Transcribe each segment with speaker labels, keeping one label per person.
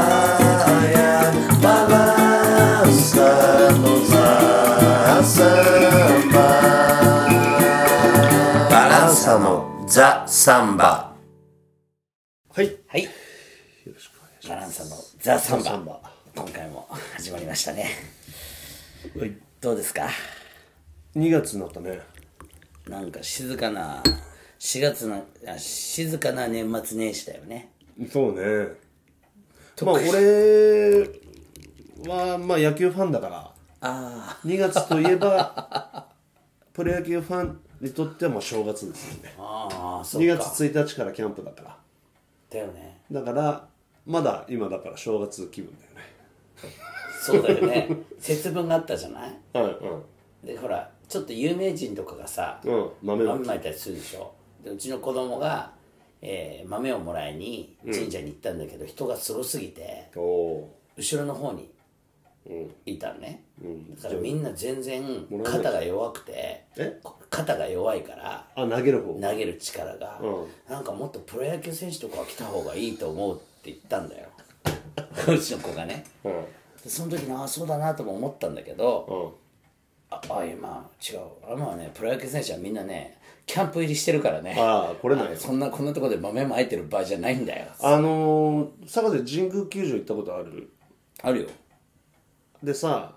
Speaker 1: Maia balança-nos a samba バランサのザ・サンバ
Speaker 2: はい。
Speaker 3: はい。バランサのザ・サンバ。今回も始まりましたね。
Speaker 2: はい。
Speaker 3: どうですか
Speaker 2: 2月になったね。
Speaker 3: なんか静かな、4月の、あ静かな年末年始だよね。
Speaker 2: そうね。まあ俺は、まあ野球ファンだから、
Speaker 3: あ
Speaker 2: 2月といえば、プロ野球ファンにとってはまあ正月ですよね。
Speaker 3: あ、ああ、そう
Speaker 2: 2
Speaker 3: か。
Speaker 2: 月1日からキャンプだから。
Speaker 3: だよね。
Speaker 2: だから、まだ今だから正月気分だよね。
Speaker 3: そうだよね。 節分があったじゃない
Speaker 2: はい
Speaker 3: で、ほら、ちょっと有名人とかがさ、
Speaker 2: うん。うん、豆ま
Speaker 3: 豆まいたりするでしょでうちの子供が、えー豆をもらいに神社に行ったんだけど、人がすごすぎて
Speaker 2: おお
Speaker 3: 後ろの方にいたのね、だからみんな全然
Speaker 2: もらえない
Speaker 3: 肩が弱くて
Speaker 2: え
Speaker 3: こ肩が弱いから
Speaker 2: ー。あ、投げる方。
Speaker 3: 投げる力が、
Speaker 2: う
Speaker 3: なんかもっとプロ野球選手とかは来た方がいいと思うって言ったん だようちの子がね
Speaker 2: うん。
Speaker 3: でその時にああそうだなとも思ったんだけど、
Speaker 2: うん。
Speaker 3: ああ今違うあまあねプロ野球選手はみんなねキャンプ入りしてるからね
Speaker 2: ああ、これない
Speaker 3: そんなこんなところで豆まいてる場合じゃないんだよ
Speaker 2: あのー、佐賀で神宮球場行ったことある
Speaker 3: あるよ
Speaker 2: でさ、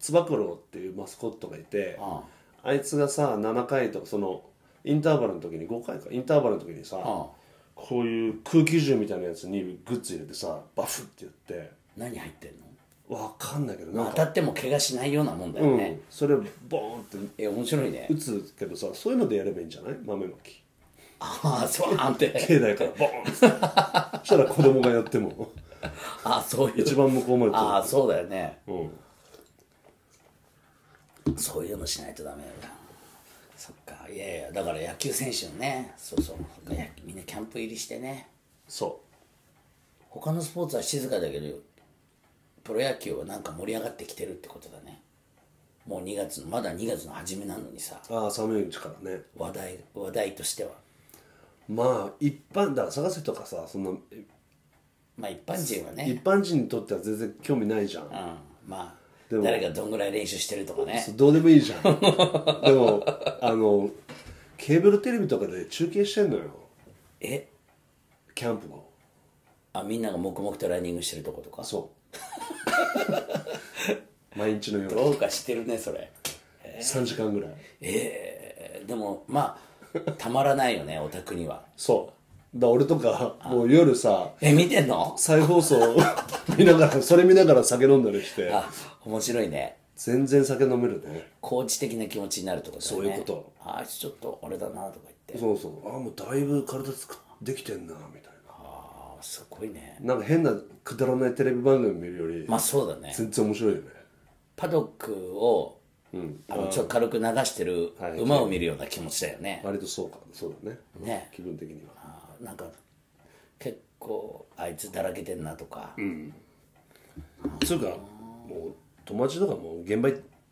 Speaker 2: つば九郎っていうマスコットがいて、
Speaker 3: あ
Speaker 2: あいつがさ7回とかそのインターバルの時に5回かインターバルの時にさ、
Speaker 3: あ
Speaker 2: こういう空気銃みたいなやつにグッズ入れてさバフってやって
Speaker 3: 何入ってんの
Speaker 2: わかんないけどなん
Speaker 3: 当
Speaker 2: か、
Speaker 3: たっても怪我しないようなもんだ
Speaker 2: う
Speaker 3: よ
Speaker 2: ん
Speaker 3: ね、
Speaker 2: それをボーンって
Speaker 3: え面白いね
Speaker 2: 打つけどさそういうのでやればいいんじゃない豆まき
Speaker 3: ああそうなんて
Speaker 2: 境内からボ ーンってそしたら子供がやっても
Speaker 3: ああそういう
Speaker 2: 一番向こうまで
Speaker 3: ああ
Speaker 2: 飛
Speaker 3: そうだよね
Speaker 2: ぶうん
Speaker 3: そういうのしないとダメだよなそっかいやいやだから野球選手のねそうそうやみんなキャンプ入りしてね
Speaker 2: そ
Speaker 3: 他のスポーツは静かだけどプロ野球はなんか盛り上がってきてるってことだねもう2月のまだ2月の初めなのにさ
Speaker 2: うああ寒いうちからね
Speaker 3: 話題話題としては
Speaker 2: まあ一般だから探せとかさそんな
Speaker 3: まあ一般人はね
Speaker 2: 一般人にとっては全然興味ないじゃん、
Speaker 3: うんま
Speaker 2: で
Speaker 3: あ
Speaker 2: も
Speaker 3: 誰がどんぐらい練習してるとかね
Speaker 2: そうどうでもいいじゃんでもあのケーブルテレビとかで中継してんのよ
Speaker 3: え
Speaker 2: キャンプの
Speaker 3: あみんなが黙々とランニングしてるとことか
Speaker 2: そう 毎日のよう
Speaker 3: どうかしてるねそれ
Speaker 2: に3時間ぐらい
Speaker 3: えーでもまあたまらないよねオ タクには
Speaker 2: そうだから俺とかもう夜さ
Speaker 3: え見てんの
Speaker 2: 再放送見ながらそれ見ながら酒飲んだりして
Speaker 3: あ面白いね
Speaker 2: 全然酒飲めるね
Speaker 3: コーチ的な気持ちになるってことだよね
Speaker 2: そういうこと
Speaker 3: あいつちょっとあれだなとか言って
Speaker 2: そうそうあもうだいぶ体つくできてんなみたい
Speaker 3: ああすごいね
Speaker 2: ななんか変なくだらないテレビ番組見るより、
Speaker 3: まあそうだね
Speaker 2: 全然面白いよね
Speaker 3: パドックを、あのちょっと軽く流してる
Speaker 2: はい
Speaker 3: 馬を見るような気持ちだよね、
Speaker 2: 割とそうかそうだね
Speaker 3: ね
Speaker 2: 気分的には
Speaker 3: あーなんか結構あいつだらけてんなとか、
Speaker 2: つうかもう友達とかもう現場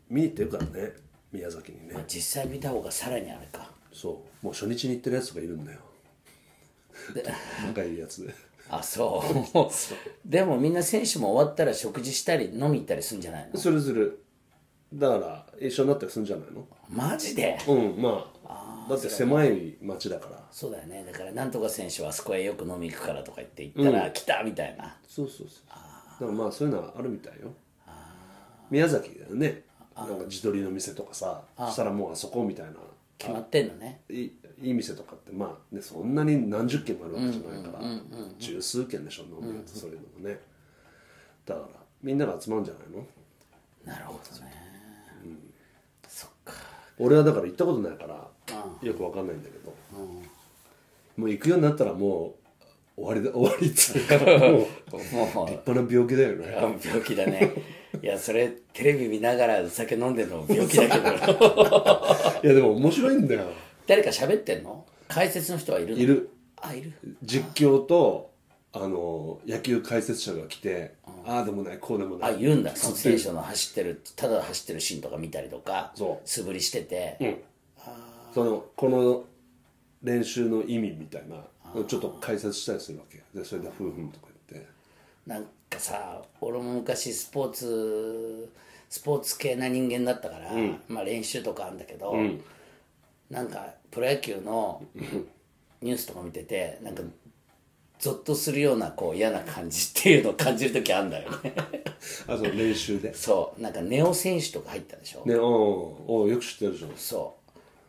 Speaker 2: 見に行ってるからね宮崎に
Speaker 3: まあ
Speaker 2: ね
Speaker 3: 実際見た方がさらにあれか
Speaker 2: そうもう初日に行ってるやつとかいるんだよ 仲いいやつで
Speaker 3: あそうでもみんな選手も終わったら食事したり飲み行ったりするんじゃないの
Speaker 2: それぞれだから一緒になったりするんじゃないの
Speaker 3: マジで
Speaker 2: うんまあだって狭い町だから
Speaker 3: そうだよねだからなんとか選手はあそこへよく飲み行くからとか言って行ったら、来たみたいな
Speaker 2: そうそうそうだからまあそういうのはあるみたいよ宮崎だよねなんか自撮りの店とかさそしたらもうあそこみたいな
Speaker 3: 決まってんのね
Speaker 2: いいい店とかってまあ、ね、そんなに何十軒もあるわけじゃないから十数軒でしょ飲むやつそういうのもねだからみんなが集まるんじゃないの
Speaker 3: なるほどね、そっか
Speaker 2: 俺はだから行ったことないからよくわかんないんだけどもう行くようになったらもう終わりだ終わりっつうか もう
Speaker 3: もう
Speaker 2: 立派な病気だよ ね
Speaker 3: あ病気だ ねいやそれテレビ見ながらお酒飲んでるのも病気だけ ど
Speaker 2: いやでも面白いんだよ
Speaker 3: 誰か喋ってんの解説の人はいるの
Speaker 2: いる
Speaker 3: あいる
Speaker 2: 実況とあの野球解説者が来てああでもないこうでもな
Speaker 3: あ
Speaker 2: い
Speaker 3: 言うんだその選手の走ってるただ走ってるシーンとか見たりとか
Speaker 2: そう
Speaker 3: 素振りしてて、
Speaker 2: そのこの練習の意味みたいなちょっと解説したりするわけでそれで「ふんふん」とか言ってって
Speaker 3: なんかさ俺も昔スポーツスポーツ系な人間だったから、まあ練習とかあるんだけど、なんかプロ野球のニュースとか見ててなんかゾッとするようなこう嫌な感じっていうのを感じる時あるんだよ ね
Speaker 2: あその練習で
Speaker 3: そうなんかネオ選手とか入ったでしょ、
Speaker 2: ねおうおうよく知ってるじゃん
Speaker 3: そ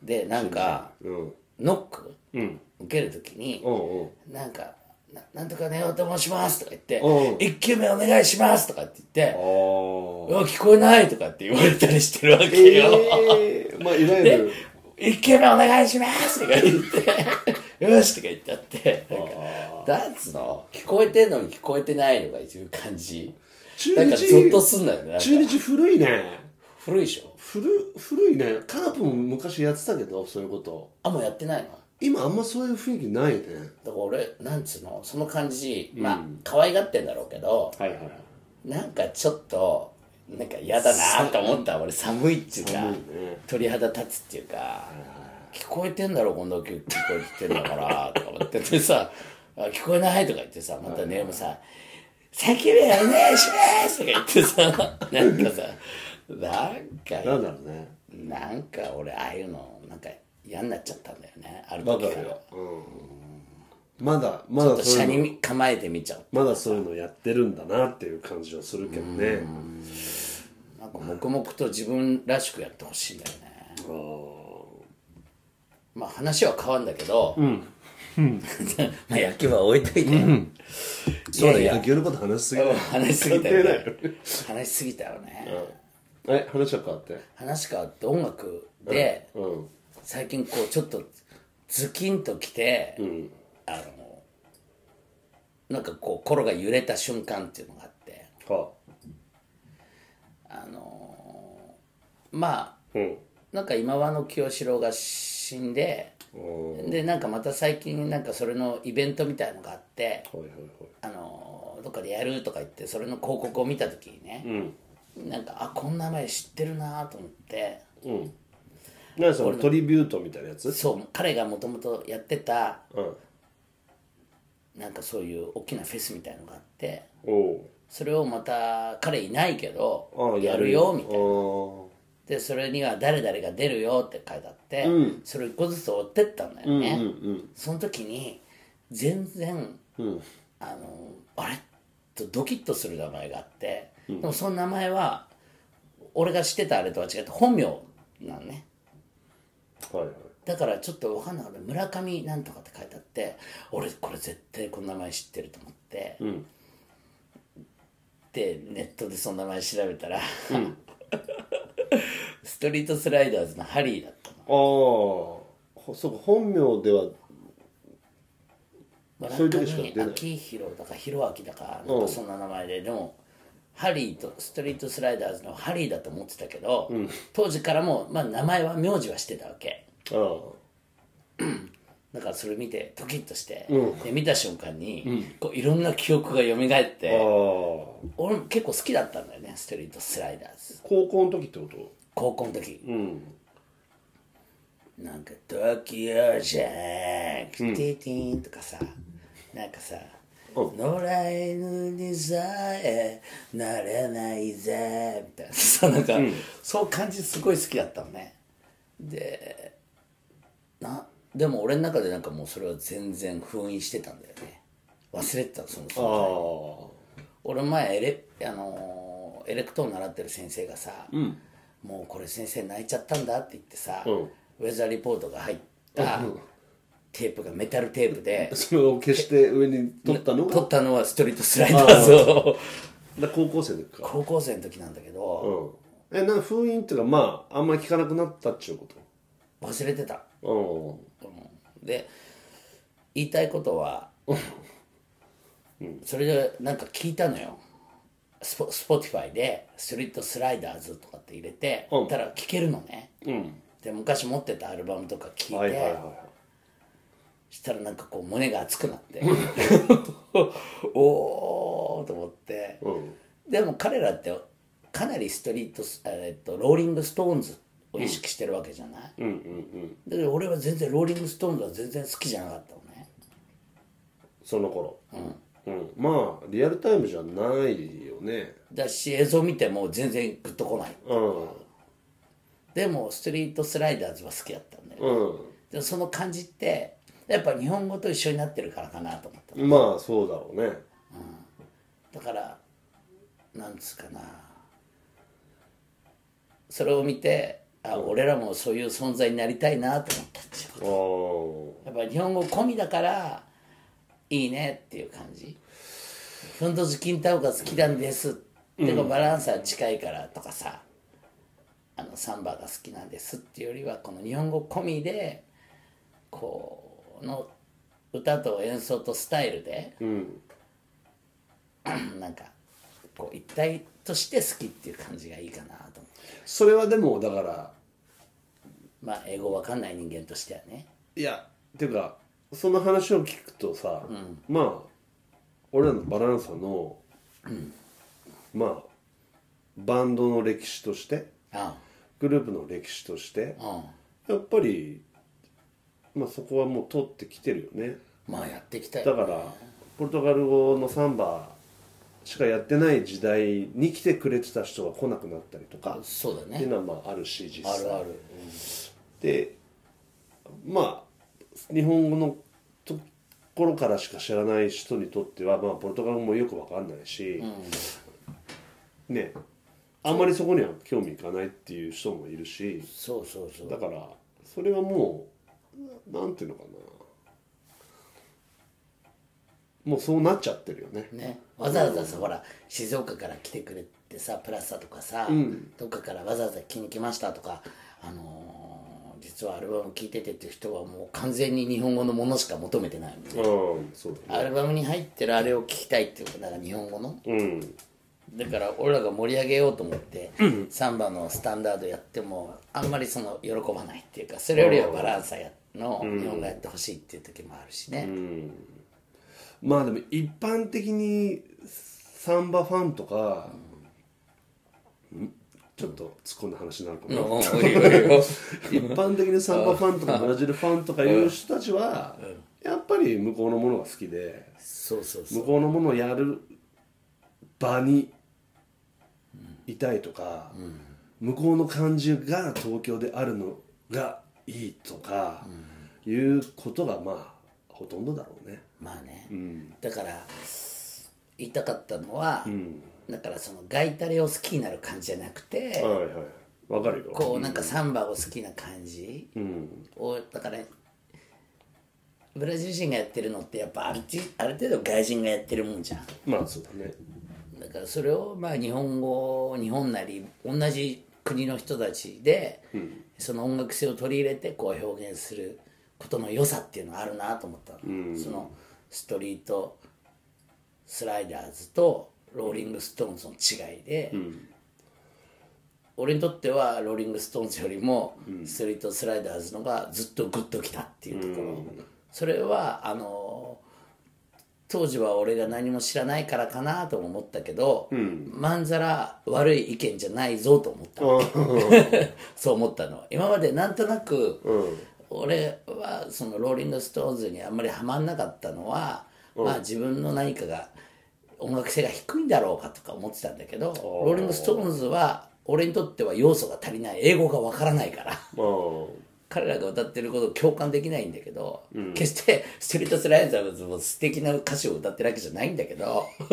Speaker 3: うでなんか
Speaker 2: うん
Speaker 3: ノック、受ける時に、
Speaker 2: おうおう
Speaker 3: なんか、ななんとかねおと申しますとか言って
Speaker 2: うん、
Speaker 3: 一球目お願いしますとかって言って、
Speaker 2: あ
Speaker 3: うわ、聞こえないとかって言われたりしてるわ
Speaker 2: あ
Speaker 3: けよ。
Speaker 2: ええまあいわゆる
Speaker 3: 一球目お願いしますとか言って、よしとか言っちゃって、なんか、ダーツの、聞こえてんのに聞こえてないのが一いう感じ。
Speaker 2: 中
Speaker 3: なんかゾッとすんだよね。なんか
Speaker 2: 中日古いね
Speaker 3: 古いでしょ
Speaker 2: 古古いねカープも昔やってたけどそういうこと
Speaker 3: あ、もうやってないのだか
Speaker 2: 今あんまそういう雰囲気ないね
Speaker 3: ら俺、なんつうの、その感じ、まあ、可愛がってんだろうけど、
Speaker 2: はいはいはい
Speaker 3: なんかちょっとなんか嫌だなと思った俺寒いっちゅうか、鳥肌立つっていうか聞こえてんだろこんだけ聞こえてんだからとか思っててさあ聞こえないとか言ってさまたネームさ「先目お願いします」とか言ってさなんかさなん
Speaker 2: な
Speaker 3: か
Speaker 2: んだろうね
Speaker 3: なんか俺ああいうのなんか嫌になっちゃったんだよねある
Speaker 2: わ
Speaker 3: 時
Speaker 2: か
Speaker 3: か
Speaker 2: る
Speaker 3: ら
Speaker 2: よ、うん、まだまだそう
Speaker 3: 車
Speaker 2: いうの
Speaker 3: に構えてみちゃう
Speaker 2: まだそういうのやってるんだなっていう感じはするけどね
Speaker 3: なんか黙々と自分らしくやってほしいんだよね
Speaker 2: あー
Speaker 3: まあ話は変わるんだけど、 まあ野球は置いといて、
Speaker 2: そうだ
Speaker 3: いやいや
Speaker 2: 野球のこと話しすぎだよ
Speaker 3: 話しすぎたよね
Speaker 2: 関係
Speaker 3: 話しすぎたよね、
Speaker 2: ないえ話は変わって
Speaker 3: 話変わって音楽で、
Speaker 2: うん
Speaker 3: 最近こうちょっとズキンときて、あのなんかこう心が揺れた瞬間っていうのがあって
Speaker 2: は
Speaker 3: あのまあ
Speaker 2: うん
Speaker 3: なんか今和の清志郎が死んで
Speaker 2: おー
Speaker 3: でなんかまた最近なんかそれのイベントみたいのがあって、
Speaker 2: はいはいはい
Speaker 3: あのどっかでやるとか言ってそれの広告を見た時にね、なんかあこんな名前知ってるなと思って
Speaker 2: 何そのトリビュートみたいなやつ
Speaker 3: そう彼がもともとやってた
Speaker 2: うん
Speaker 3: なんかそういう大きなフェスみたいのがあって
Speaker 2: おお
Speaker 3: それをまた彼いないけ
Speaker 2: あ
Speaker 3: ど
Speaker 2: ー
Speaker 3: やるよみたいな
Speaker 2: お
Speaker 3: でそれには誰々が出るよって書いてあって、それを一個ずつ追ってったんだよね、その時に全然、あのあれとドキッとする名前があって、でもその名前は俺が知ってたあれとは違って本名なのね
Speaker 2: ーはいはい
Speaker 3: だからちょっと分かんなかった村上なんとかって書いてあって俺これ絶対この名前知ってると思って、でネットでその名前調べたら、 ストリートスライダーズのハリーだったの
Speaker 2: ああほそうか本名ではそういう
Speaker 3: 村
Speaker 2: 時しか出
Speaker 3: 上
Speaker 2: ない
Speaker 3: 秋広だか弘明だかなんかそんな名前で、でもハリーとストリートスライダーズのハリーだと思ってたけど、当時からも、まあ、名前は名字はしてたわけ
Speaker 2: ああ
Speaker 3: だからそれ見てドキッとして、で見た瞬間に、こういろんな記憶が蘇って、
Speaker 2: ああ高
Speaker 3: 俺も結構好きだったんだよねストリートスライダーズ
Speaker 2: 校の時ってこと
Speaker 3: 高校の時、なんか「東京じゃん」ティティンとかさなんかさ「野良犬にさえなれないぜ」みたいな さなんか、そう感じすごい好きだったのねでなでも俺の中でなんかもうそれは全然封印してたんだよね忘れてたのその
Speaker 2: ああ
Speaker 3: 存在俺前エレ,、あのーエレクトーン習ってる先生がさ、もうこれ先生泣いちゃったんだって言ってさ、
Speaker 2: ん
Speaker 3: ウェザーリポートが入ったテープがメタルテープで
Speaker 2: それを消して上に 取ったの
Speaker 3: 撮
Speaker 2: が
Speaker 3: ったのはストリートスライダーズを
Speaker 2: だ高校生の時か
Speaker 3: 高校生の時なんだけど、
Speaker 2: うんえなんか封印っていうかまああんまり聞かなくなったっちゅうこ
Speaker 3: 忘れてた、
Speaker 2: と
Speaker 3: うんで言いたいことは、それでなんか聞いたのよスポスポティファイで「ストリートスライダーズ」とかって入れて、
Speaker 2: うん
Speaker 3: たら聞けるのね、
Speaker 2: うんうん
Speaker 3: で昔持ってたアルバムとか聞いて、
Speaker 2: はいはいは
Speaker 3: したらなんかこう胸が熱くなって おおと思って、
Speaker 2: いうん
Speaker 3: でも彼らってかなりストリートス、えっと、ローリング・ストーンズを意識してるわけじゃない、
Speaker 2: うんうんうん
Speaker 3: で俺は全然ローリング・ストーンズは全然好きじゃなかったのね
Speaker 2: その頃うん、ままあリアルタイムじゃないよね
Speaker 3: だし映像見ても全然グッとこない
Speaker 2: うん
Speaker 3: でもストリートスライダーズは好きだったんだよ、
Speaker 2: う
Speaker 3: でもその感じってやっぱ日本語と一緒になってるからかなと思った
Speaker 2: んまあそうだろうね
Speaker 3: だからなんつうかなそれを見てあ、俺らもそういう存在になりたいなと思ったっていう
Speaker 2: ああ
Speaker 3: やっぱり日本語込みだからいいねっていう感じ「ふんどずきんたおが好きなんです」でもバランスは近いからとかさ、あのサンバが好きなんですっていうよりはこの日本語込みでこの歌と演奏とスタイルで、
Speaker 2: ん
Speaker 3: なんかこう一体として好きっていう感じがいいかなと思って
Speaker 2: それはでもだから
Speaker 3: まあ英語わかんない人間としてはね
Speaker 2: いやっていうかその話を聞くとさ、まあ俺らのバランサの、まあバンドの歴史として
Speaker 3: あ
Speaker 2: グループの歴史として
Speaker 3: あうん
Speaker 2: やっぱり、まあ、そこはもう通ってきてるよね
Speaker 3: まあやっていきたい
Speaker 2: だからポルトガル語のサンバしかやってない時代に来てくれてた人が来なくなったりとか
Speaker 3: そうだ
Speaker 2: っていう
Speaker 3: ね
Speaker 2: のはまああるし実
Speaker 3: あ
Speaker 2: 際
Speaker 3: るある、
Speaker 2: でまあ日本語のところからしか知らない人にとっては、まあ、ポルトガル語もよくわかんないし、ねあんまりそこには興味いかないっていう人もいるし
Speaker 3: そうそうそう
Speaker 2: だからそれはもうなんていうのかなもうそうなっちゃってるよね。
Speaker 3: ね、わざわざさ、ほら静岡から来てくれてさプラスだとかさ、どっかからわざわざ来に来ましたとか、あのー実はアルバム聴いててっていう人はもう完全に日本語のものしか求めてないもんね
Speaker 2: うん、そうだね
Speaker 3: アルバムに入ってるあれを聴きたいっていうかだから日本語の
Speaker 2: うん、
Speaker 3: だから俺らが盛り上げようと思って、サンバのスタンダードやってもあんまりその喜ばないっていうかそれよりはバランサやの日本語やってほしいっていう時もあるしね、
Speaker 2: まあでも一般的にサンバファンとか、んちょっと突っ込んだ話になるかな、
Speaker 3: うん おいおいおい
Speaker 2: 一般的にサンバファンとかブラジルファンとかいう人たちは、やっぱり向こうのものが好きで
Speaker 3: そうそうそう
Speaker 2: 向こうのものをやる場にいたいとか、向こうの感じが東京であるのがいいとか、いうことがまあほとんどだろうね。
Speaker 3: まあね、だから言いたかったのは、だからそのガイタレを好きになる感じじゃなくて、
Speaker 2: はいはいわかるよ
Speaker 3: こうなんかサンバを好きな感じ
Speaker 2: うん
Speaker 3: をだからブラジル人がやってるのってやっぱあるちある程度外人がやってるもんじゃん
Speaker 2: まあそうだね
Speaker 3: だからそれをまあ日本語日本なり同じ国の人たちで、その音楽性を取り入れてこう表現することの良さっていうのはあるなと思ったの、そのストリートスライダーズとローリング・ストーンズの違いで、俺にとってはローリング・ストーンズよりもストリートスライダーズのがずっとグッときたっていうところ、それはあの当時は俺が何も知らないからかなとも思ったけど、まんざら悪い意見じゃないぞと思ったの そう思ったの今までなんとなく、俺はそのローリング・ストーンズにあんまりハマんなかったのは、まあ自分の何かが音楽性が低いんだろうかとか思ってたんだけどローリング・ストーンズは俺にとっては要素が足りない英語がわからないから。
Speaker 2: まあ
Speaker 3: 彼らが歌ってることを共感できないんだけど、決してストリートスライダーズも素敵な歌詞を歌ってるわけじゃないんだけど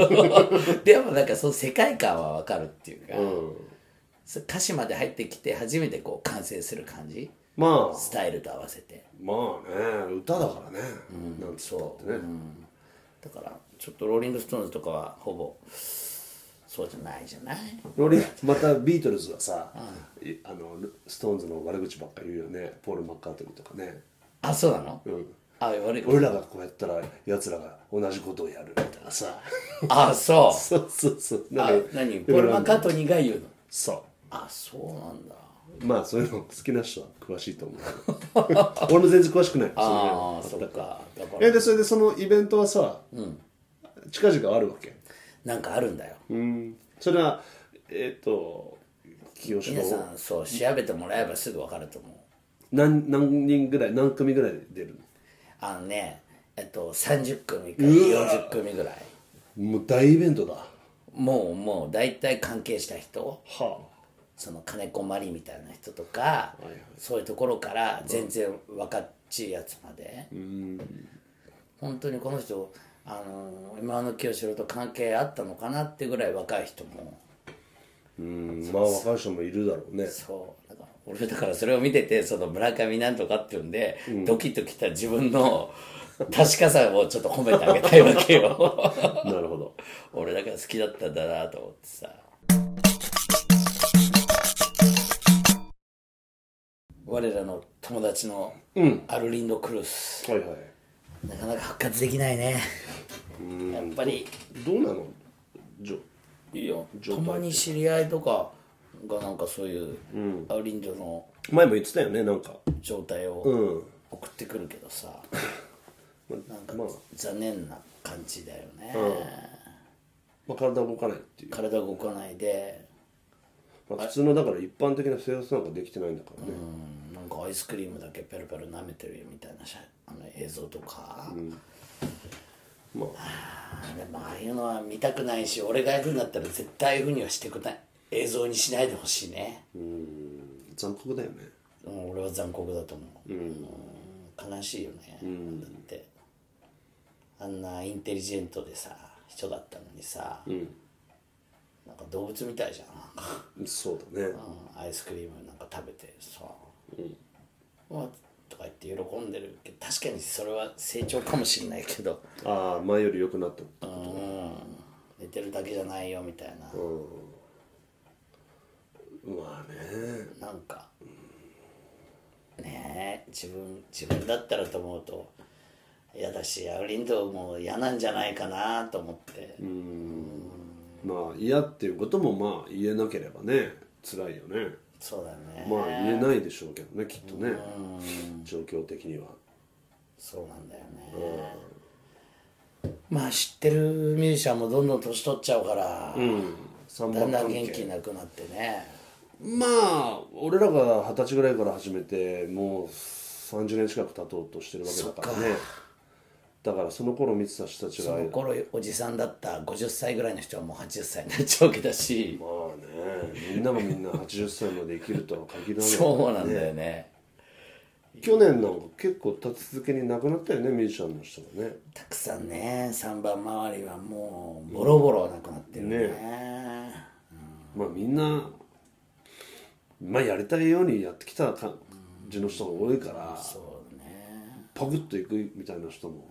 Speaker 3: でもなんかその世界観はわかるっていうか、
Speaker 2: うん
Speaker 3: そ歌詞まで入ってきて初めてこう完成する感じ
Speaker 2: まあ
Speaker 3: スタイルと合わせて
Speaker 2: まあね歌だからね、なんつったってね、
Speaker 3: だからちょっとローリング・ストーンズとかはほぼそうじゃないじゃない
Speaker 2: ロリまたビートルズはさ、いあのストーンズの悪口ばっか言うよねポール・マッカートニーとかね、
Speaker 3: あそうなの、
Speaker 2: うん、
Speaker 3: あ悪いこと
Speaker 2: 俺らがこうやったらやつらが同じことをやるみたいなさ
Speaker 3: あそう
Speaker 2: そうそうそうな
Speaker 3: あ
Speaker 2: んか
Speaker 3: 何ポール・マッカートニーが言うの
Speaker 2: そ
Speaker 3: あそうなんだ
Speaker 2: うまあそういうの好きな人は詳しいと思う俺も全然詳しくないその辺
Speaker 3: ああそっかだから
Speaker 2: えでそれでそのイベントはさ、近々あるわけ
Speaker 3: なんかあるんだよ
Speaker 2: うんそれはえっ、と清志
Speaker 3: 皆さ
Speaker 2: 郎
Speaker 3: んそう調べてもらえばすぐ分かると思う
Speaker 2: 何何人ぐらい何組ぐらいで出るの
Speaker 3: あのねえっと30組から40組ぐらい
Speaker 2: もう大イベントだは
Speaker 3: もうもう大体関係した人
Speaker 2: あ
Speaker 3: その金子まりみたいな人とか、そういうところから全然若っちいやつまで、本当にこの人あの今の清志郎と関係あったのかなってぐらい若い人も
Speaker 2: うんまあ若い人もいるだろうね
Speaker 3: そうだから俺だからそれを見ててその村上なんとかっていうんで、ドキッときた自分の確かさをちょっと褒めてあげたいわけよ
Speaker 2: なるほど
Speaker 3: 俺だから好きだったんだなと思ってさ我らの友達のアルリンド・クルース、
Speaker 2: はいはい
Speaker 3: なかなか復活できないねやっぱり
Speaker 2: どうなのジョ
Speaker 3: いいよたまに知り合いとかがなんかそういうアルリンドの
Speaker 2: 前も言ってたよねなんか
Speaker 3: 状態
Speaker 2: う
Speaker 3: を
Speaker 2: ん
Speaker 3: 送ってくるけどさ、なんか
Speaker 2: まあ
Speaker 3: 残念な感じだよね、
Speaker 2: まあ、体動かないっていう、
Speaker 3: 体動かないで
Speaker 2: まあ、普通のだから一般的な生活なんかできてないんだからね、
Speaker 3: うんなんかアイスクリームだけペロペロ舐めてるよみたいな写あの映像とか、
Speaker 2: ま
Speaker 3: あでもああいうのは見たくないし俺がやるんだったら絶対ああいうふうにはしてくない映像にしないでほしいね、
Speaker 2: 残酷だよね
Speaker 3: うん、俺は残酷だと思う、うん悲しいよね、だってあんなインテリジェントでさ人だったのにさ、なんか動物みたいじゃんなんか
Speaker 2: そうだね
Speaker 3: うんアイスクリームなんか食べてさ「うわ」とか言って喜んでるけど確かにそれは成長かもしれないけど、
Speaker 2: ああ前より良くなった
Speaker 3: うん、寝てるだけじゃないよみたいな、
Speaker 2: まあね
Speaker 3: なんかねえ自分自分だったらと思うと嫌だしアウリンドも嫌なんじゃないかなと思って、
Speaker 2: まあ嫌っていうこともまあ言えなければね辛いよね
Speaker 3: そうだよね、
Speaker 2: まあ言えないでしょうけどねきっとね状況的には
Speaker 3: そうなんだよね、まあ知ってるミュージシャンもどんどん年取っちゃうから、
Speaker 2: 三
Speaker 3: だ
Speaker 2: 番
Speaker 3: んだん
Speaker 2: 関
Speaker 3: 元気
Speaker 2: 係
Speaker 3: なくなってね
Speaker 2: まあ俺らが二十歳ぐらいから始めてもう30年近く経とうとしてるわけだからねだからその頃見てた人たちが
Speaker 3: その頃おじさんだった50歳ぐらいの人はもう80歳になっちゃうわけだし
Speaker 2: まあねみんなもみんな80歳まで生きるとは限らない
Speaker 3: そうなんだよね
Speaker 2: 去年なんか結構立て続けに亡くなったよねミュージシャンの人がね
Speaker 3: たくさんね3番周りはもうボロボロなくなってるね
Speaker 2: まあみんなまあやりたいようにやってきた感じの人が多いから
Speaker 3: そうだね
Speaker 2: パクッといくみたいな人も、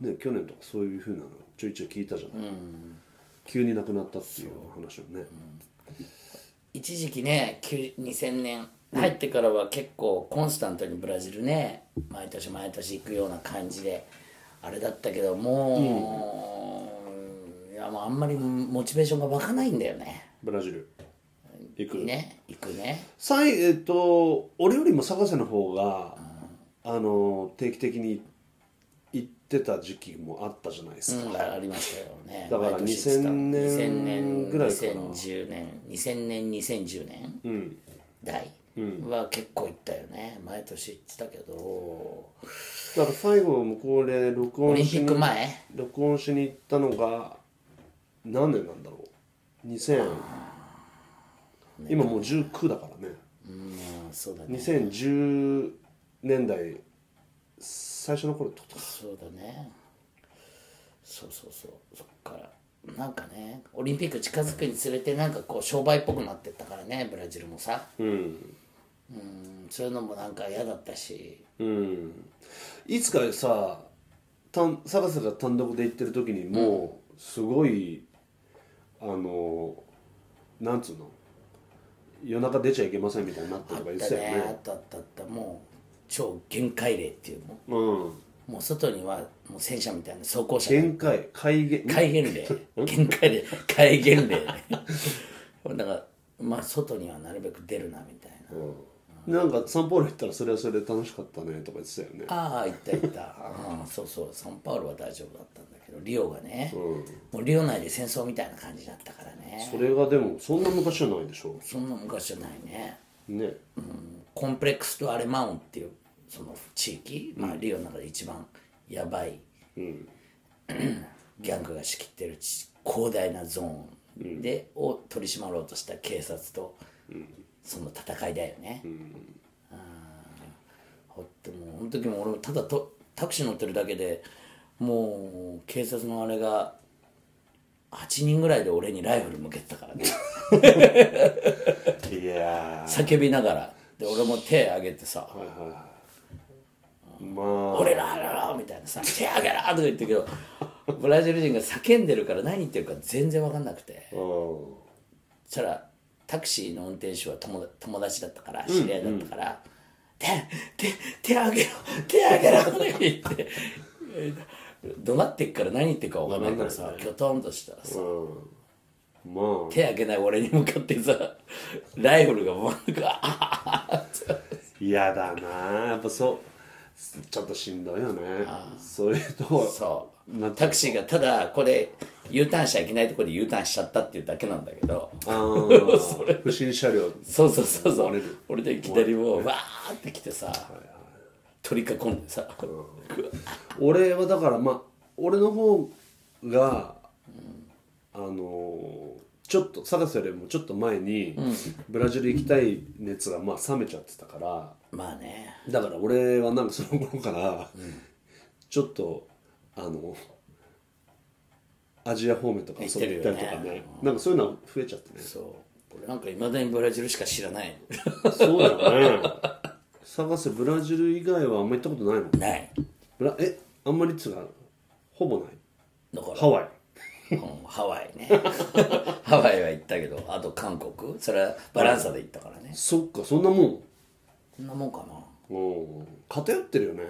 Speaker 2: ね、去年とかそういうふうなのちょいちょい聞いたじゃない、急に亡くなったっていう話をね、
Speaker 3: 一時期ね9 2000年入ってからは結構コンスタントにブラジルね毎年毎年行くような感じであれだったけどもう、いやもうあんまりモチベーションが湧かないんだよね
Speaker 2: ブラジル行く、
Speaker 3: ね行くね
Speaker 2: さいえっと俺よりも坂瀬の方が、あの定期的に行ってた時期もあったじゃないですか、
Speaker 3: うん、ありましたよね
Speaker 2: だから
Speaker 3: 毎年してた
Speaker 2: 2000年ぐらいかな
Speaker 3: 2010年2000年2010年、代は結構行ったよね毎年行ってたけどオ
Speaker 2: だから最後向こうで録音
Speaker 3: リンピ
Speaker 2: し
Speaker 3: ッ
Speaker 2: に
Speaker 3: ク前
Speaker 2: 録音しに行ったのが何年なんだろう2000今もう19だからね
Speaker 3: うんそうだね
Speaker 2: 2010年代最初の頃ってことか
Speaker 3: そうだねそうそうそうそっからなんかねオリンピック近づくにつれてなんかこう商売っぽくなってったからねブラジルもさ
Speaker 2: うん
Speaker 3: うんそういうのもなんか嫌だったし
Speaker 2: うんいつかさ単サラサが単独で行ってる時にもうすごい、あのなんつうの夜中出ちゃいけませんみたいになって
Speaker 3: あ
Speaker 2: るとか言っ
Speaker 3: っ
Speaker 2: たてたよ
Speaker 3: ねあ
Speaker 2: ね
Speaker 3: ったあったあったもう超限界令っていうの
Speaker 2: うん
Speaker 3: もう外にはもう戦車みたいな装甲車
Speaker 2: 限界戒厳
Speaker 3: 戒厳令限界で戒厳令だからまあ外にはなるべく出るなみたい
Speaker 2: な
Speaker 3: な、
Speaker 2: んかサンパウロ行ったらそれはそれで楽しかったねとか言ってたよね
Speaker 3: ああ行った行ったああそうそうサンパウロは大丈夫だったんだけどリオがね、もうリオ内で戦争みたいな感じだったからね
Speaker 2: それがでもそんな昔じゃないでしょ
Speaker 3: そんな昔じゃないね
Speaker 2: ね
Speaker 3: コンプレックスとアレマウンっていうその地域、まあ、リオの中で一番やばい、ギャングが仕切ってるち広大なゾーンで、を取り締まろうとした警察と、その戦いだよね、ほってもうほんとにもう俺もただとタクシー乗ってるだけでもう警察のあれが8人ぐらいで俺にライフル向けてたからね
Speaker 2: いや
Speaker 3: 叫びながらで俺も手上げてさ
Speaker 2: ーまあ
Speaker 3: 俺らららみたいなさ「手あげろ!」とか言ってるけどブラジル人が叫んでるから何言ってるか全然分かんなくて
Speaker 2: うん
Speaker 3: そしたらタクシーの運転手は友達友達だったから知り合いだったから「手手手あげろ手あげろ!」とか言って怒鳴ってっから何言ってるか分かんないからさきょとんとしたらさ
Speaker 2: うんまあ
Speaker 3: 手あげない俺に向かってさライフルがもうガーッて
Speaker 2: 嫌だなやっぱそうちょっとしんどいよねそういうとこ
Speaker 3: そう
Speaker 2: な
Speaker 3: タクシーがただこれ U ターンしちゃいけないところで U ターンしちゃったっていうだけなんだけど
Speaker 2: あ ー不審車両
Speaker 3: そうそうそうそ
Speaker 2: 追われ
Speaker 3: う
Speaker 2: る
Speaker 3: 俺といきなりもうわーって来てさ取り囲んでさ
Speaker 2: 俺はだからまあ俺の方が、あのーちょっとサカスよりもちょっと前に、ブラジル行きたい熱がまあ冷めちゃってたから
Speaker 3: まあね
Speaker 2: だから俺はなんかその頃から、ちょっとあのアジア方面とか遊びに行ったりとか
Speaker 3: 行って
Speaker 2: ね
Speaker 3: るよね
Speaker 2: なんかそういうのは増えちゃってね
Speaker 3: そう俺なんかいまだにブラジルしか知らない
Speaker 2: そうだよね探せブラジル以外はあんま行ったことないの
Speaker 3: ない
Speaker 2: ブラえあんまりっつうかほぼない
Speaker 3: だから
Speaker 2: ハワイ
Speaker 3: うんハワイね ハワイは行ったけどあと韓国それはバランサで行ったからね
Speaker 2: そっかそんなもん
Speaker 3: そんなもんかな
Speaker 2: うん偏ってるよね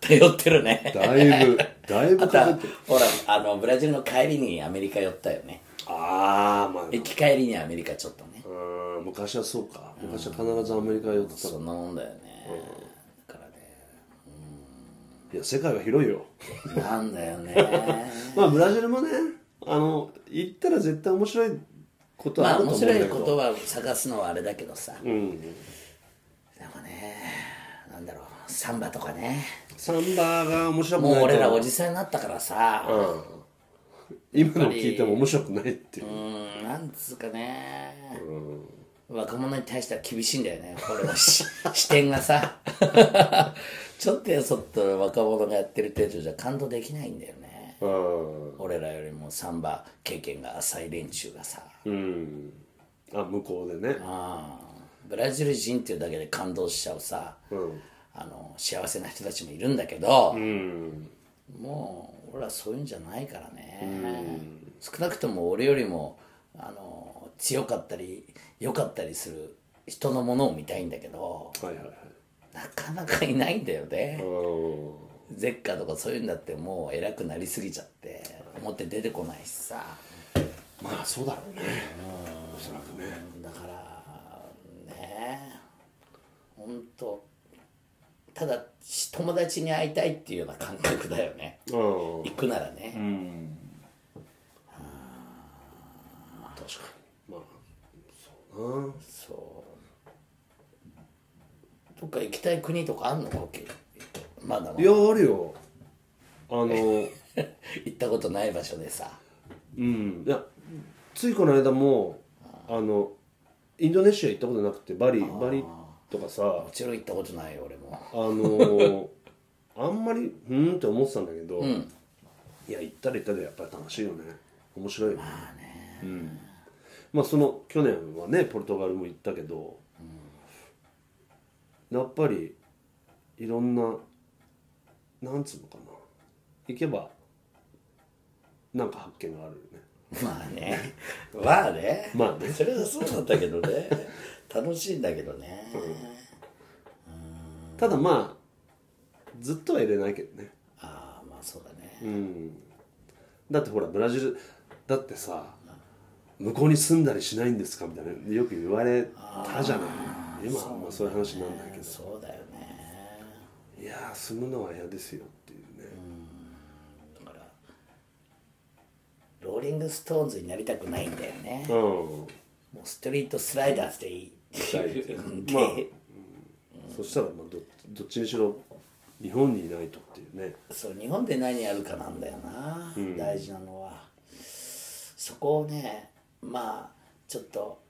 Speaker 3: 偏ってるね
Speaker 2: だい ぶだいぶ
Speaker 3: また
Speaker 2: 偏ってる
Speaker 3: ほらあのブラジルの帰りにアメリカ寄ったよね
Speaker 2: ああまあ
Speaker 3: 行き帰りにアメリカちょっとね
Speaker 2: うん昔はそうか昔は必ずアメリカ寄ってた
Speaker 3: そんなもんだよねだからね
Speaker 2: いや世界は広いよ
Speaker 3: なんだよね
Speaker 2: まあブラジルもねあの行ったら絶対面白いことは
Speaker 3: ま
Speaker 2: あ
Speaker 3: あ
Speaker 2: ると
Speaker 3: 面
Speaker 2: 思うんだ
Speaker 3: 白
Speaker 2: け
Speaker 3: い
Speaker 2: ど、
Speaker 3: 言葉を探すのはあれだけどさでも
Speaker 2: うん
Speaker 3: ねなんだろうサンバとかね
Speaker 2: サンバが面白く
Speaker 3: も
Speaker 2: な
Speaker 3: う
Speaker 2: いと
Speaker 3: 俺らおじさんになったからさ
Speaker 2: うん今の聞いても面白くないっていう
Speaker 3: うーんなんつうかね若者に対しては厳しいんだよね俺のし視点がさ ちょっとやそっと若者がやってる程度じゃ感動できないんだよね
Speaker 2: うん
Speaker 3: 俺らよりもサンバ経験が浅い連中がさ
Speaker 2: うんあ向こうでね
Speaker 3: あーブラジル人っていうだけで感動しちゃうさ、
Speaker 2: うん
Speaker 3: あの幸せな人たちもいるんだけど、
Speaker 2: うん
Speaker 3: もう俺らそういうんじゃないからね、少なくとも俺よりもあの強かったり良かったりする人のものを見たいんだけど
Speaker 2: はいはいはい
Speaker 3: なかなかいないんだよね、
Speaker 2: うん
Speaker 3: ゼッカーとかそういうんだってもう偉くなりすぎちゃって表出てこないしさ
Speaker 2: まあそうだろうねおそらくね
Speaker 3: だからねほんとただ友達に会いたいっていうような感覚だよね
Speaker 2: うん
Speaker 3: 行くならね、
Speaker 2: 確かにまあそうな
Speaker 3: そうどっか行きたい国とかあんのコキまだま
Speaker 2: い
Speaker 3: だ
Speaker 2: やあるよあ の
Speaker 3: 行ったことない場所でさ
Speaker 2: うんいやついこの間もあのインドネシア行ったことなくてバリバリとかさ
Speaker 3: もちろん行ったことないよ俺も
Speaker 2: あのあんまりうーんって思ってたんだけど、いや行ったら行ったでやっぱり楽しいよね面白いよね,、まあ、うん、まあその去年はねポルトガルも行ったけど、やっぱりいろんななんつうのかな行けばなんか発見があるよね
Speaker 3: まあね まあね
Speaker 2: まあね
Speaker 3: それはそうなんだけどね 楽しいんだけどね、
Speaker 2: ただまあずっとは入れないけどね
Speaker 3: ああまあそうだね、
Speaker 2: だってほらブラジルだってさ向こうに住んだりしないんですかみたいなよく言われたじゃない今はまあそういう話になんだけど
Speaker 3: そうだよね
Speaker 2: いやー住むのは嫌ですよっていうね
Speaker 3: だからローリングストーンズになりたくないんだよね、
Speaker 2: うん
Speaker 3: もうストリートスライダーズ でいい
Speaker 2: まあそしたらまあどどっちにしろ日本にいないとっていうね
Speaker 3: そう日本で何やるかなんだよな、大事なのはそこをねまあちょっと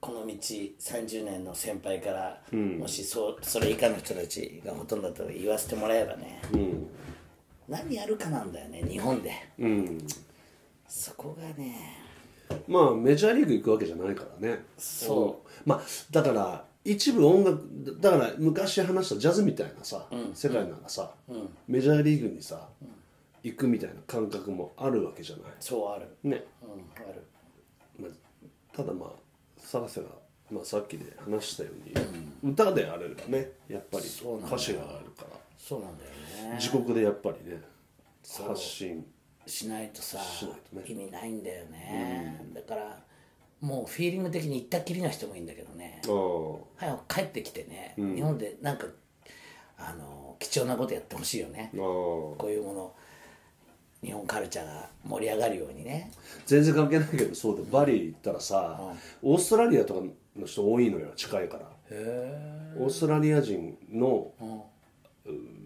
Speaker 3: この道30年の先輩から、もしそうそれ以下の人たちがほとんどだと言わせてもらえばね、何やるかなんだよね日本で、そこがね
Speaker 2: まあメジャーリーグ行くわけじゃないからね
Speaker 3: そう
Speaker 2: まあだから一部音楽だだから昔話したジャズみたいなさ、世界ならさ、メジャーリーグにさ、行くみたいな感覚もあるわけじゃない
Speaker 3: そうある
Speaker 2: ね、
Speaker 3: うんある
Speaker 2: まあ、ただまあサラセが、まあ、さっきで話したように、歌であればねやっぱり
Speaker 3: そうなんだよ
Speaker 2: 歌詞があるから
Speaker 3: そうなんだよね
Speaker 2: 自国でやっぱりね発信
Speaker 3: しないとさ
Speaker 2: しないとね
Speaker 3: 意味ないんだよね、だからもうフィーリング的に行ったっきりな人もいいんだけどね
Speaker 2: ああ
Speaker 3: 早く帰ってきてね、日本でなんかあの貴重なことやってほしいよね、
Speaker 2: ああ
Speaker 3: こういうもの日本カルチャーが盛り上がるようにね
Speaker 2: 全然関係ないけどそうでバリ行ったらさ、オーストラリアとかの人多いのよ近いからオーストラリア人の、うん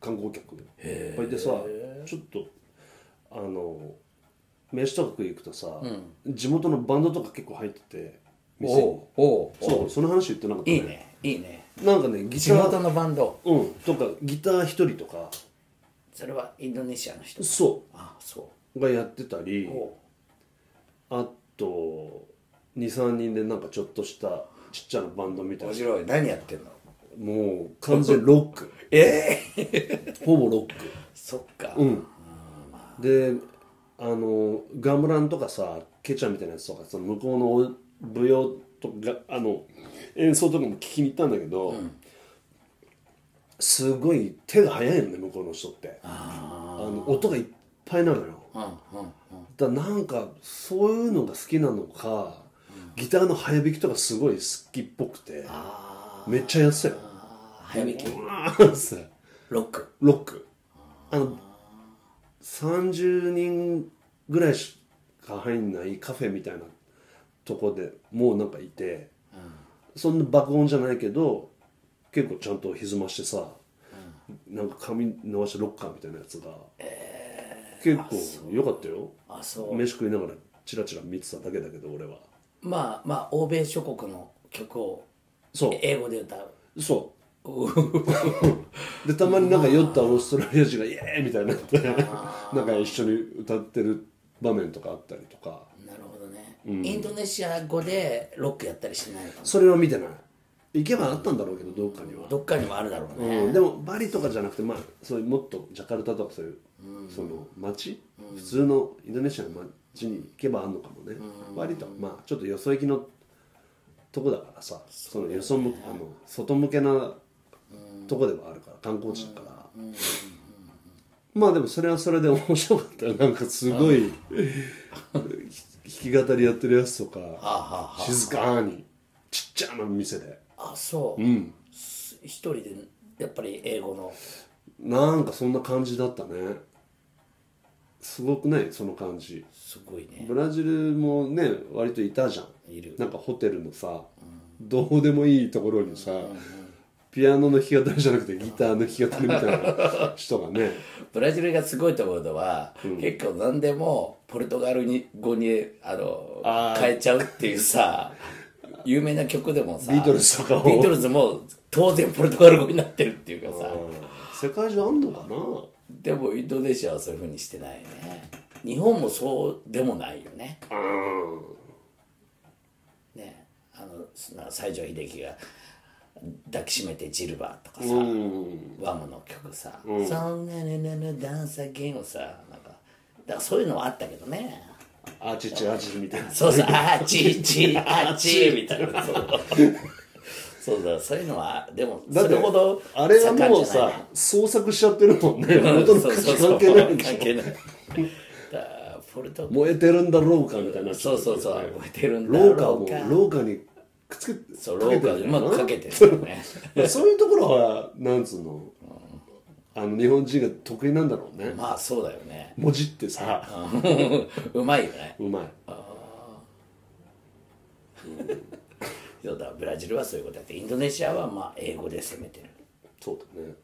Speaker 2: 観光客いっぱいでさちょっとあの飯とか食い行くとさ、地元のバンドとか結構入ってて店に
Speaker 3: お
Speaker 2: そうその話言ってなかった
Speaker 3: いいねいいね
Speaker 2: なんかねギ
Speaker 3: 地
Speaker 2: ター
Speaker 3: 元のバンド
Speaker 2: うんとかギター一人とか
Speaker 3: それはインドネシアの人
Speaker 2: そ
Speaker 3: あそう
Speaker 2: がやってたり
Speaker 3: おう
Speaker 2: あと23人でなんかちょっとしたちっちゃなバンドみたい
Speaker 3: 面
Speaker 2: な
Speaker 3: 白い何やってんの
Speaker 2: もう完全ロック
Speaker 3: ええ
Speaker 2: ほぼロック
Speaker 3: そっか、
Speaker 2: であのガムランとかさケチャみたいなやつとかその向こうのお舞踊とかあの演奏とかも聞きに行ったんだけど、すごい手が速いよね向こうの人ってあの音がいっぱいなのよ、だからなんかそういうのが好きなのか、ギターの早弾きとかすごい好きっぽくてめっちゃやってたよ
Speaker 3: 早引き
Speaker 2: うわーって
Speaker 3: ロック
Speaker 2: ロックあの30人ぐらいしか入んないカフェみたいなとこでもうなんかいて、そんな爆音じゃないけど結構ちゃんと歪ましてさ、なんか髪伸ばしたロッカーみたいなやつが、結構良かったよ
Speaker 3: あそう
Speaker 2: 飯食いながらチラチラ見てただけだけど俺は
Speaker 3: まあまあ欧米諸国の曲を
Speaker 2: そう
Speaker 3: 英語で歌う
Speaker 2: そう でたまになんか酔ったオーストラリア人が「イエーイ!」みたいになってなんか一緒に歌ってる場面とかあったりとか
Speaker 3: なるほどね、インドネシア語でロックやったりしないのかな
Speaker 2: それは見てない行けばあったんだろうけどどっかには、
Speaker 3: どっかにもあるだろうね、
Speaker 2: うんでもバリとかじゃなくてまあそういうもっとジャカルタとかそういう、その街、普通のインドネシアの街に行けばあんのかもね、バリとはまあちょっとよそ行きのとこだからさそのよそ向あの外向けなとこではあるから観光地だから、まあでもそれはそれで面白かったよなんかすごいひ弾き語りやってるやつとか
Speaker 3: あはあ
Speaker 2: 静かにちっちゃな店で
Speaker 3: あそう、す一人でやっぱり英語の
Speaker 2: なんかそんな感じだったねすごくないその感じ
Speaker 3: すごいね
Speaker 2: ブラジルもね割といたじゃん
Speaker 3: いる
Speaker 2: なんかホテルのさ、どうでもいいところにさ、ピアノの弾き語りじゃなくてギターの弾き語りみたいな人がね
Speaker 3: ブラジルがすごいと思うのは、結構何でもポルトガルに語にあの
Speaker 2: あー
Speaker 3: 変えちゃうっていうさ有名な曲でもさ
Speaker 2: ビートルズとかを
Speaker 3: ビートルズも当然ポルトガル語になってるっていうかさ
Speaker 2: 世界中あんのかな
Speaker 3: でもインドネシアはそういうふうにしてないね日本もそうでもないよねねあのな西城秀樹が抱きしめてジルバーとかさ、ワムの曲さ「そんなになのダンサーゲーム」さなんかだからそういうのはあったけどね
Speaker 2: あちちあちみたいな
Speaker 3: そうそう「あーちーち ーあーちー」みたいなそうそうだそういうのはでも
Speaker 2: だ
Speaker 3: そ
Speaker 2: って
Speaker 3: れほど
Speaker 2: あれはもう
Speaker 3: 盛んじゃない
Speaker 2: さ創作しちゃってるもんね元の
Speaker 3: そう
Speaker 2: 歌
Speaker 3: そう
Speaker 2: 詞
Speaker 3: そ
Speaker 2: 関
Speaker 3: う
Speaker 2: 係ないでし
Speaker 3: 関
Speaker 2: ょ
Speaker 3: 係ないだからポルトガル
Speaker 2: 燃えてるんだろうかみたいな
Speaker 3: そうそうそう覚えてるんだ
Speaker 2: 廊下を
Speaker 3: 廊下
Speaker 2: 廊下にくっつけ
Speaker 3: そう
Speaker 2: か
Speaker 3: 廊
Speaker 2: け
Speaker 3: 下
Speaker 2: てる
Speaker 3: でうん
Speaker 2: じゃな
Speaker 3: まくかけてるよね
Speaker 2: まあそういうところはなんつうのあの日本人が得意なんだろうね
Speaker 3: まあそうだよね
Speaker 2: 文字ってさ
Speaker 3: うまいよね
Speaker 2: うまい
Speaker 3: そうだブラジルはそういうことやってインドネシアはまあ英語で攻めてる
Speaker 2: そうだね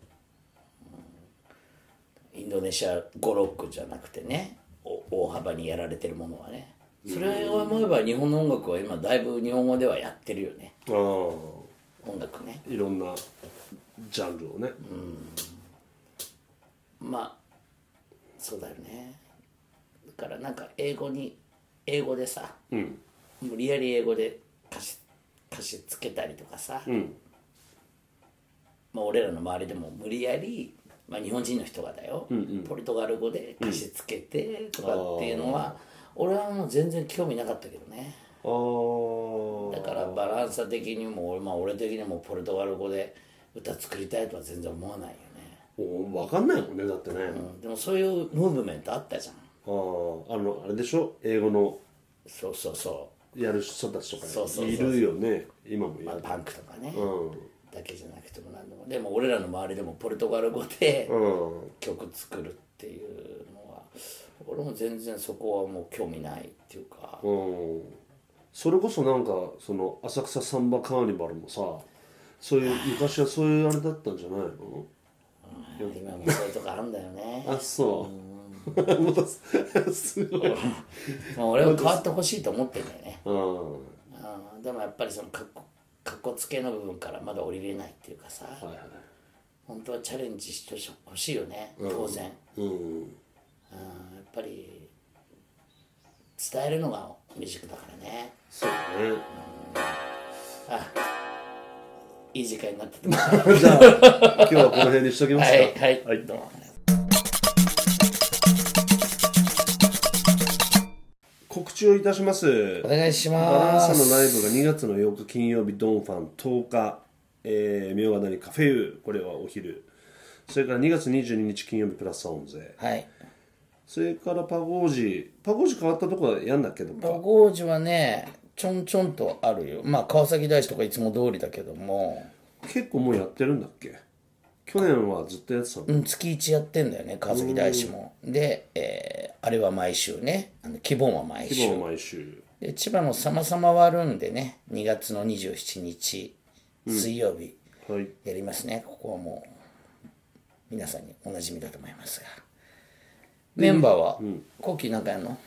Speaker 3: インドネシア語ロックじゃなくてねお大幅にやられてるものはねそれを思えば日本の音楽は今だいぶ日本語ではやってるよね
Speaker 2: ああ
Speaker 3: 音楽ね
Speaker 2: いろんなジャンルをね、
Speaker 3: まあそうだよねだからなんか英語に英語でさ、無理やり英語で歌詞歌詞つけたりとかさ、まあ、俺らの周りでも無理やり、まあ、日本人の人がだよ、ポルトガル語で歌詞つけてとかっていうのは、俺はもう全然興味なかったけどねだ
Speaker 2: ああ
Speaker 3: からバランサ的にも俺,、まあ、俺的にもポルトガル語で歌作りたいとは全然思わないよね、
Speaker 2: もう分かんないもんねだってね、
Speaker 3: うんでもそういうムーブメントあったじゃん
Speaker 2: あーあのあれでしょ英語の
Speaker 3: そうそうそ
Speaker 2: やる人たちと
Speaker 3: そう
Speaker 2: か
Speaker 3: そうそう
Speaker 2: いるよね今も
Speaker 3: う、
Speaker 2: や
Speaker 3: まあ、
Speaker 2: る、
Speaker 3: パンクとかね、
Speaker 2: うん
Speaker 3: だけじゃなくても何でもでも俺らの周りでもポルトガル語で
Speaker 2: うん
Speaker 3: 曲作るっていうのは俺も全然そこはもう興味ないっていうか
Speaker 2: うん、それこそなんかその浅草サンバカーニバルもさそういう昔はそういうあれだったんじゃないの
Speaker 3: 今もそういうとこあるんだよね
Speaker 2: あそう、 またすすごい、
Speaker 3: まあ俺は変わってほしいと思ってんだよね
Speaker 2: うん、は
Speaker 3: うんでもやっぱりそのかっこかっこつけの部分からまだ降りれないっていうかさ
Speaker 2: いはい
Speaker 3: 本当はチャレンジしてほしいよね当然、
Speaker 2: うん
Speaker 3: うん、やっぱり伝えるのがミュージックだからね
Speaker 2: そうだね
Speaker 3: いい時間になってては
Speaker 2: じゃあ今日はこの辺にしときますか
Speaker 3: いはい、
Speaker 2: はい
Speaker 3: どうも
Speaker 2: 告知をいたします
Speaker 3: お願いし
Speaker 2: バラン
Speaker 3: ま
Speaker 2: サの
Speaker 3: す
Speaker 2: ライブが2月の8日金曜日ドンファン10日えー明和谷カフェユーこれはお昼それから2月22日金曜日プラスオンゼ
Speaker 3: はい
Speaker 2: それからパゴージパゴージ変わったとこはやんだけど
Speaker 3: パゴージはねちょんちょんとあるよまあ川崎大師とかいつも通りだけども、
Speaker 2: 結構もうやってるんだっけ去年はずっとやってたの
Speaker 3: うん、月1やってんだよね川崎大師もで、えーあれは毎週ねあの希望は毎週
Speaker 2: 今は毎週
Speaker 3: で千葉の「さまさま割るんでね2月の27日水曜日
Speaker 2: はい
Speaker 3: やりますね、ここはもう皆さんにおなじみだと思いますがメンバーは、コッキーなんかやんの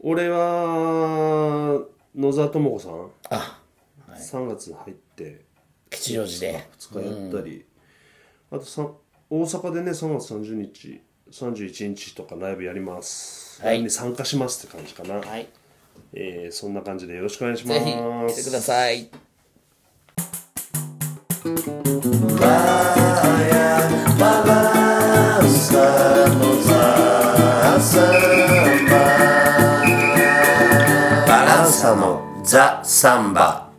Speaker 2: 俺は野沢智子さん
Speaker 3: あ
Speaker 2: 3月入って
Speaker 3: 吉祥寺で
Speaker 2: 2日やったり、あとさ大阪でね3月30日31日とかライブやります、
Speaker 3: はい
Speaker 2: ライブに参加しますって感じかな、
Speaker 3: はい
Speaker 2: えーそんな感じでよろしくお願いしま
Speaker 3: ぜ
Speaker 2: す
Speaker 3: ひ来てください
Speaker 1: バランサのザ・サンバ